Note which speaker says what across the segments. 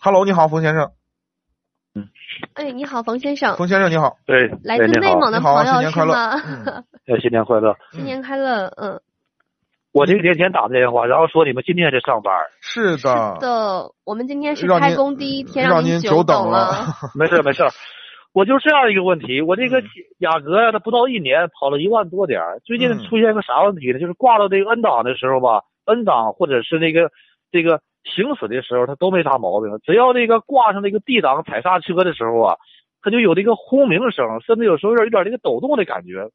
Speaker 1: Hello，你好，冯先生，
Speaker 2: 哎，你好，冯先生，
Speaker 1: 冯先生 你好，
Speaker 3: 对，
Speaker 2: 来
Speaker 3: 对
Speaker 2: 自
Speaker 3: 您
Speaker 2: 内
Speaker 3: 哎好
Speaker 2: 蒙的
Speaker 1: 你好啊
Speaker 2: 朋
Speaker 1: 新
Speaker 2: 友
Speaker 1: 年
Speaker 2: 是
Speaker 1: 快乐
Speaker 2: 吗？
Speaker 1: 嗯
Speaker 3: 呃，新年快乐！
Speaker 2: 新年快乐，嗯，
Speaker 3: 我这个年前打的电话，然后说你们今天是上班儿，
Speaker 1: 是的，
Speaker 2: 是的，我们今天是
Speaker 1: 啊让
Speaker 2: 开
Speaker 1: 您
Speaker 2: 工第一天，
Speaker 1: 让
Speaker 2: 您
Speaker 1: 您久
Speaker 2: 等
Speaker 1: 等了。
Speaker 3: 没事儿没事儿，我就是这样一个问题，我这个
Speaker 1: 嗯
Speaker 3: 雅阁呀，它不到一年跑了一万多点儿，最近
Speaker 1: 嗯
Speaker 3: 出现一个啥问题呢？就是挂到这个 N 档的时候吧，N 档或者是那个这个行驶的时候，它都没啥毛病，只要这个挂上这个 D 档踩刹车的时候啊，它就有这个轰鸣声，甚至有时候有点有点这个抖动的感觉。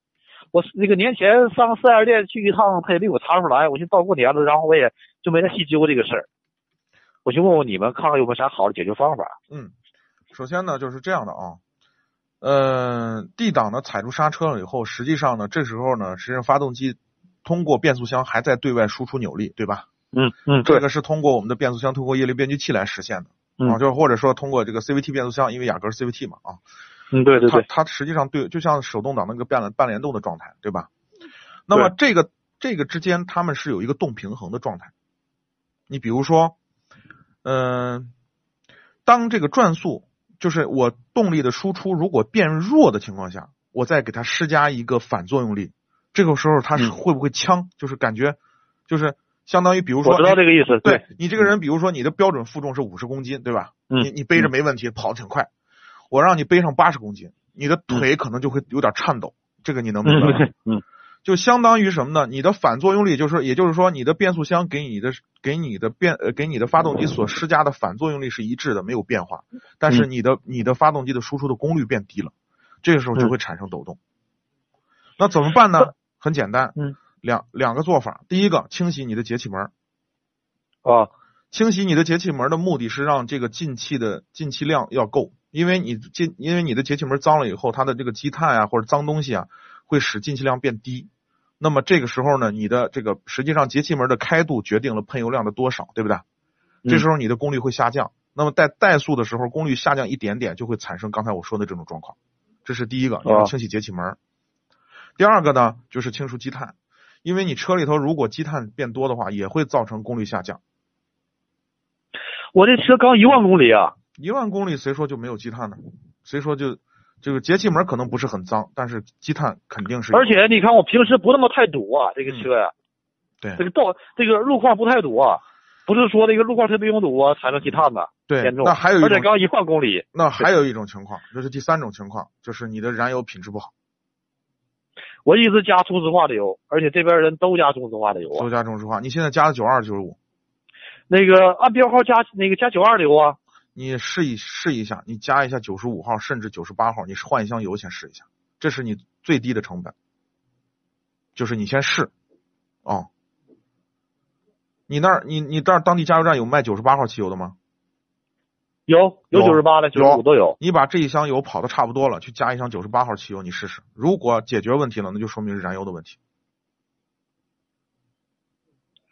Speaker 3: 我那个年前上四 S 店去一趟，他也没给我查出来。我寻思到过年了，然后我也就没再细究这个事儿。我去问问你们，看看有没有啥好的解决方法。
Speaker 1: 嗯，首先呢就是这样的啊，呃，D 档呢踩住刹车了以后，实际上呢这时候呢，实际上发动机通过变速箱还在对外输出扭力，对吧？
Speaker 3: 嗯嗯，
Speaker 1: 这个是通过我们的变速箱通过液力变矩器来实现的、
Speaker 3: 嗯
Speaker 1: 啊，就是或者说通过这个 CVT 变速箱，因为雅阁是 CVT 嘛啊，
Speaker 3: 嗯对对对，
Speaker 1: 它它实际上对就像手动挡那个半联半联动的状态，对吧？那么
Speaker 3: 对
Speaker 1: 这个这个之间它们是有一个动平衡的状态。你比如说，嗯、当这个转速就是我动力的输出如果变弱的情况下，我再给它施加一个反作用力，这个时候它是
Speaker 3: 嗯
Speaker 1: 会不会呛？就是感觉就是相当于比如说
Speaker 3: 我知道
Speaker 1: 哎
Speaker 3: 这个意思。
Speaker 1: 对，你这个人，比如说你的标准负重是五十公斤，对吧？
Speaker 3: 嗯
Speaker 1: 你你背着没问题，跑得挺快。我让你背上八十公斤，你的腿可能就会有点颤抖，这个你能明白吗？
Speaker 3: 嗯嗯
Speaker 1: 就相当于什么呢？你的反作用力就是，也就是说，你的变速箱给你的给你的变呃给你的发动机所施加的反作用力是一致的，没有变化，
Speaker 3: 嗯
Speaker 1: 但是你的你的发动机的输出的功率变低了，这个时候
Speaker 3: 嗯
Speaker 1: 就会产生抖动。那怎么办呢？很简单，
Speaker 3: 嗯，
Speaker 1: 两两个做法，第一个清洗你的节气门儿。
Speaker 3: 啊，
Speaker 1: 清洗你的节气门的目的是让这个进气的进气量要够，因为你进因为你的节气门脏了以后，它的这个积碳啊或者脏东西啊会使进气量变低。那么这个时候呢，你的这个实际上节气门的开度决定了喷油量的多少，对不对？这时候你的功率会下降。那么在怠速的时候，功率下降一点点，就会产生刚才我说的这种状况。这是第一个，你要清洗节气门。第二个呢，就是清除积碳，因为你车里头如果积碳变多的话，也会造成功率下降。
Speaker 3: 我这车刚一万公里啊，
Speaker 1: 一万公里谁说就没有积碳呢？谁说就这个节气门可能不是很脏，但是积碳肯定是有。
Speaker 3: 而且你看我平时不那么太堵啊，这个
Speaker 1: 嗯
Speaker 3: 车呀、
Speaker 1: 对
Speaker 3: 这个道这个路况不太堵啊，不是说这个路况特别拥堵啊产生积碳的，
Speaker 1: 对，
Speaker 3: 严重。
Speaker 1: 那还有一
Speaker 3: 而且
Speaker 1: 种，
Speaker 3: 刚一万公里，
Speaker 1: 那还有一种情况，就是第三种情况，就是你的燃油品质不好，
Speaker 3: 我一直加中石化的油，而且这边人都加中石化的油啊
Speaker 1: 都。加中石化。你现在加的九二九五，
Speaker 3: 那个按标号加那个加九二的油啊，
Speaker 1: 你试一试一下，你加一下九十五号甚至九十八号，你换一箱油先试一下，这是你最低的成本，就是你先试，哦。你那儿你你那儿当地加油站有卖九十八号汽油的吗？
Speaker 3: 有有
Speaker 1: 有
Speaker 3: 九十八的、九十五都有。
Speaker 1: 你把这一箱油跑的差不多了，去加一箱九十八号汽油，你试试。如果解决问题了，那就说明是燃油的问题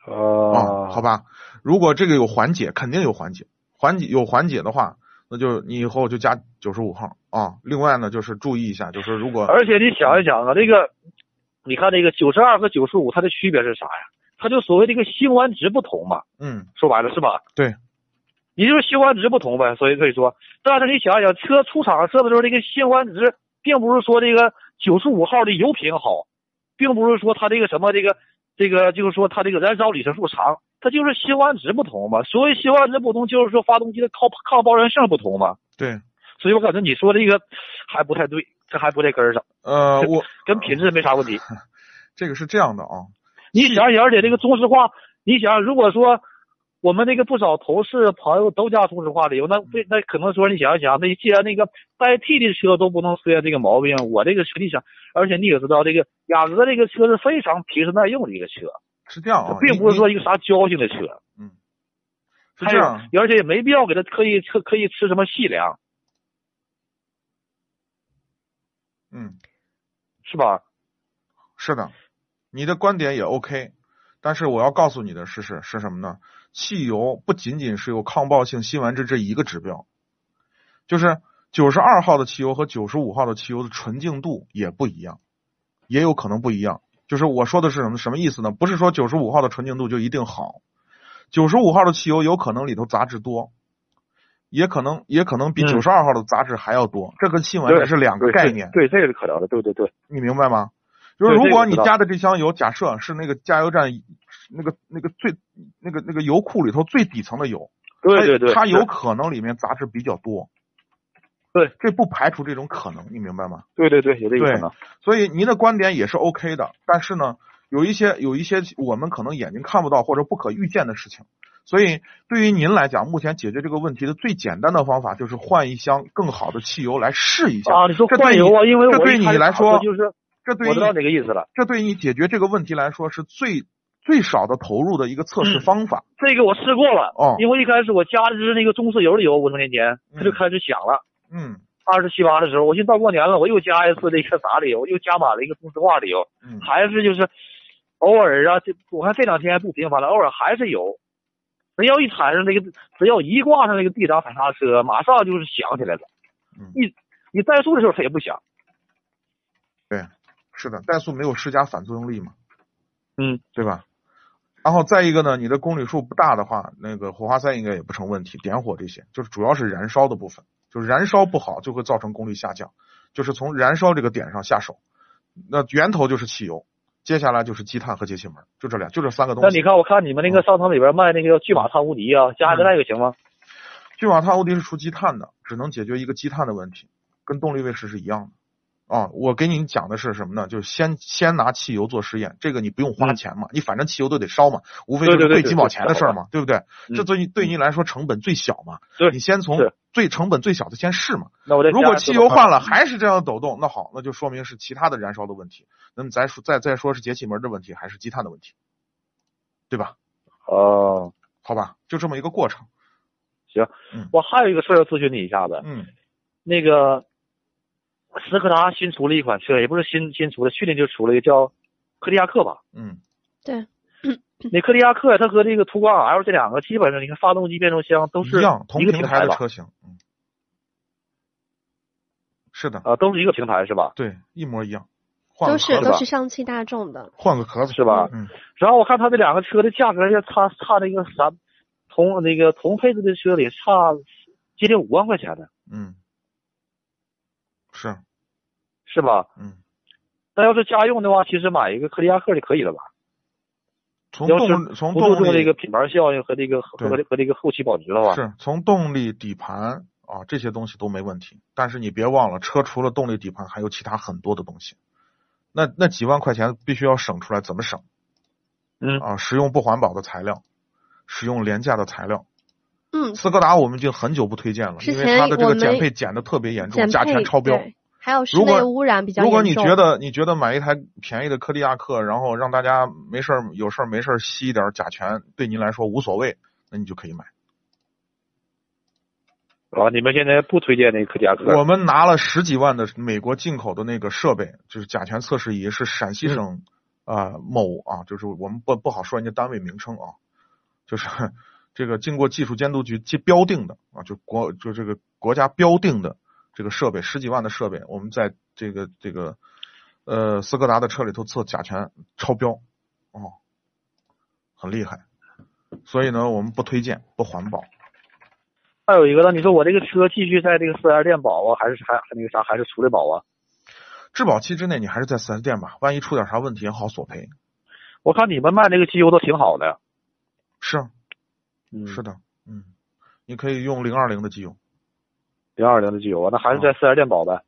Speaker 1: 啊、
Speaker 3: 呃，
Speaker 1: 好，吧？如果这个有缓解，肯定有缓解，缓解有缓解的话，那就你以后就加九十五号啊。另外呢，就是注意一下，就是如果
Speaker 3: 而且你想一想啊，这个你看这个九十二和九十五它的区别是啥呀？它就所谓这个辛烷值不同嘛。
Speaker 1: 嗯
Speaker 3: 说白了是吧？
Speaker 1: 对，
Speaker 3: 也就是辛烷值不同呗，所以可以说，但是你想想，车出厂设的时候，这个辛烷值并不是说这个九十五号的油品好，并不是说它这个什么这个这个就是说它这个燃烧里程数长，它就是辛烷值不同嘛。所谓辛烷值不同，就是说发动机的靠抗爆燃性不同嘛。
Speaker 1: 对
Speaker 3: 所以我感觉你说这个还不太对，这还不在根儿上，
Speaker 1: 呃我
Speaker 3: 跟品质没啥问题。
Speaker 1: 这个是这样的啊，
Speaker 3: 你想想，而且这个中石化，你想，如果说我们那个不少同事朋友都加中石化的油，那
Speaker 1: 嗯
Speaker 3: 为那可能说你想一想，那既然那个代替的车都不能出现这个毛病，我这个车你想，而且你也知道，这个雅阁这个车是非常皮实耐用的一个车，
Speaker 1: 是这样
Speaker 3: 它
Speaker 1: 啊，
Speaker 3: 并
Speaker 1: 你
Speaker 3: 不是说
Speaker 1: 你
Speaker 3: 一个啥娇性的车。
Speaker 1: 是
Speaker 3: 还
Speaker 1: 这
Speaker 3: 有
Speaker 1: 样，
Speaker 3: 而且也没必要给它刻意刻刻意吃什么细粮，
Speaker 1: 嗯，
Speaker 3: 是吧？
Speaker 1: 是的，你的观点也 OK，但是我要告诉你的是是是什么呢？汽油不仅仅是有抗爆性辛烷值这一个指标，就是九十二号的汽油和九十五号的汽油的纯净度也不一样，也有可能不一样。就是我说的是什么什么意思呢？不是说九十五号的纯净度就一定好，九十五号的汽油有可能里头杂质多，也可能也可能比
Speaker 3: 嗯
Speaker 1: 九十二号的杂质还要多，这跟辛烷
Speaker 3: 对
Speaker 1: 值是两个
Speaker 3: 对
Speaker 1: 概
Speaker 3: 这
Speaker 1: 念。
Speaker 3: 对，这个是可聊的，对对对，
Speaker 1: 你明白吗？就是
Speaker 3: 对
Speaker 1: 如
Speaker 3: 这个
Speaker 1: 果
Speaker 3: 知
Speaker 1: 你
Speaker 3: 道
Speaker 1: 加的这箱油，假设是那个加油站那个那个最那个那个油库里头最底层的油，
Speaker 3: 对对对，
Speaker 1: 它它
Speaker 3: 是
Speaker 1: 有可能里面杂质比较多。
Speaker 3: 对，
Speaker 1: 这不排除这种可能，你明白吗？
Speaker 3: 对对对，有这个
Speaker 1: 对
Speaker 3: 可能，
Speaker 1: 所以您的观点也是 OK 的，但是呢，有一些有一些我们可能眼睛看不到或者不可预见的事情。所以对于您来讲，目前解决这个问题的最简单的方法就是换一箱更好的汽油来试一下。
Speaker 3: 啊，你说
Speaker 1: 这对
Speaker 3: 换油啊，因为
Speaker 1: 这
Speaker 3: 我
Speaker 1: 对
Speaker 3: 一
Speaker 1: 你
Speaker 3: 开始
Speaker 1: 来
Speaker 3: 打
Speaker 1: 说
Speaker 3: 算就是
Speaker 1: 这对于
Speaker 3: 我知道
Speaker 1: 你
Speaker 3: 哪个意思了。
Speaker 1: 这对你解决这个问题来说是最最少的投入的一个测试方法。
Speaker 3: 这个我试过了，
Speaker 1: 哦
Speaker 3: 嗯因为一开始我加的是那个中石油的油，五十年前它就
Speaker 1: 嗯
Speaker 3: 开始响了。
Speaker 1: 嗯
Speaker 3: 二十七八的时候，我寻思到过年了，我又加一次那个啥的油，又加满了一个中石化的油，
Speaker 1: 嗯
Speaker 3: 还是就是偶尔啊，这我看这两天不频繁了，偶尔还是有。只要一缠上那个，只要一挂上那个 D 档踩刹车，马上就是响起来了。
Speaker 1: 嗯
Speaker 3: 一你怠速的时候它也不响。
Speaker 1: 是的，怠速没有施加反作用力嘛，
Speaker 3: 嗯，
Speaker 1: 对吧？然后再一个呢，你的公里数不大的话，那个火花塞应该也不成问题，点火这些就是主要是燃烧的部分，就是燃烧不好就会造成功率下降，就是从燃烧这个点上下手。那源头就是汽油，接下来就是积碳和节气门，就这俩，就这三个东
Speaker 3: 那
Speaker 1: 西嗯
Speaker 3: 你。看，我看你们那个商场里边卖那个巨马碳无敌啊，加一个那个行吗？
Speaker 1: 聚马碳无敌是除积碳的，只能解决一个积碳的问题，跟动力卫士是一样的。啊，我给你讲的是什么呢？就是先先拿汽油做实验，这个你不用花钱嘛，你反正汽油都得烧嘛，无非就
Speaker 3: 嗯对
Speaker 1: 是
Speaker 3: 对对
Speaker 1: 贵
Speaker 3: 对
Speaker 1: 几毛钱的事儿
Speaker 3: 对
Speaker 1: 嘛，对不对？
Speaker 3: 嗯
Speaker 1: 这对你对你来说成本最小嘛，
Speaker 3: 对
Speaker 1: 你先从
Speaker 3: 是
Speaker 1: 最成本最小的先试嘛。
Speaker 3: 那我再
Speaker 1: 如果
Speaker 3: 加一个
Speaker 1: 汽油
Speaker 3: 吧
Speaker 1: 换了还是这样抖动，那好，那就说明是其他的燃烧的问题。那么咱说再再说是节气门的问题还是积碳的问题，对吧？
Speaker 3: 哦，
Speaker 1: 好吧，就这么一个过程。
Speaker 3: 我还有一个事儿要咨询你一下子，
Speaker 1: 嗯
Speaker 3: 那个斯柯达新出了一款车，也不是新新出的，去年就出了一个叫柯迪亚克吧。
Speaker 1: 嗯
Speaker 2: 对，
Speaker 3: 那柯迪亚克它和这个途观 L 这两个基本上，你看发动机、变速箱都是
Speaker 1: 一样同
Speaker 3: 一个
Speaker 1: 平
Speaker 3: 平
Speaker 1: 台的
Speaker 3: 吧？
Speaker 1: 车型，嗯，是的，
Speaker 3: 啊、都是一个平台是吧？
Speaker 1: 对，一模一样，换
Speaker 2: 都
Speaker 1: 个
Speaker 2: 是
Speaker 1: 壳
Speaker 3: 吧
Speaker 2: 都
Speaker 1: 子，
Speaker 2: 是上汽大众的，
Speaker 1: 换个壳子
Speaker 3: 是吧？
Speaker 1: 嗯，
Speaker 3: 然后我看它这两个车的价格要差差那个啥，同那个同配置的车里差接近五万块钱呢，
Speaker 1: 嗯，是，
Speaker 3: 是吧？
Speaker 1: 嗯，
Speaker 3: 那要是家用的话，其实买一个柯迪亚克就可以了吧？
Speaker 1: 从
Speaker 3: 要是
Speaker 1: 动从
Speaker 3: 不注
Speaker 1: 动
Speaker 3: 重这
Speaker 1: 力
Speaker 3: 个品牌效应和这个和
Speaker 1: 对
Speaker 3: 和这个后期保值了吧？
Speaker 1: 是从动力底盘啊这些东西都没问题，但是你别忘了，车除了动力底盘，还有其他很多的东西。那那几万块钱必须要省出来，怎么省？
Speaker 3: 嗯
Speaker 1: 啊，使用不环保的材料，使用廉价的材料，
Speaker 2: 嗯，
Speaker 1: 斯柯达我们已经很久不推荐了，
Speaker 2: 之
Speaker 1: 因为
Speaker 2: 前
Speaker 1: 它的这
Speaker 2: 我
Speaker 1: 个
Speaker 2: 们
Speaker 1: 减配减的特别严重，
Speaker 2: 减
Speaker 1: 甲醛
Speaker 2: 配
Speaker 1: 超标。
Speaker 2: 对，还有室
Speaker 1: 如
Speaker 2: 内
Speaker 1: 果
Speaker 2: 污染比较
Speaker 1: 如
Speaker 2: 严重。
Speaker 1: 果你觉得你觉得买一台便宜的柯迪亚克，然后让大家没事儿有事儿没事儿吸一点儿甲醛，对您来说无所谓，那你就可以买。
Speaker 3: 啊，你们现在不推荐那个柯迪亚克？
Speaker 1: 我们拿了十几万的美国进口的那个设备，就是甲醛测试仪，是陕西省啊、呃某啊，就是我们不不好说人家单位名称啊， 就是这个经过技术监督局接标定的啊，就国就这个国家标定的这个设备，十几万的设备，我们在这个这个呃斯柯达的车里头测甲醛超标，哦，很厉害，所以呢，我们不推荐，不环保。
Speaker 3: 还有一个呢，你说我这个车继续在这个四 S 店保啊，还是还还那个啥，还是出来保啊？
Speaker 1: 质保期之内，你还是在四 S 店吧，万一出点啥问题也好索赔。
Speaker 3: 我看你们卖那个机油都挺好的，
Speaker 1: 是
Speaker 3: 嗯，
Speaker 1: 是的，嗯，你可以用零二零的机油，
Speaker 3: 零二零的机油啊，那还是在四 S 店保呗。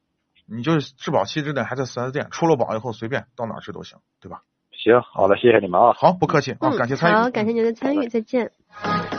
Speaker 1: 你就是质保期之内还在四 S 店，出了保以后随便到哪儿去都行，对吧？
Speaker 3: 行，好的，谢谢你们啊。
Speaker 1: 好，不客气啊，啊
Speaker 2: 嗯，
Speaker 1: 感谢参与，
Speaker 2: 好，感谢您的参
Speaker 3: 好
Speaker 2: 与，再见。
Speaker 1: 嗯
Speaker 4: Hãy subscribe cho kênh Ghiền Mì Gõ Để không bỏ lỡ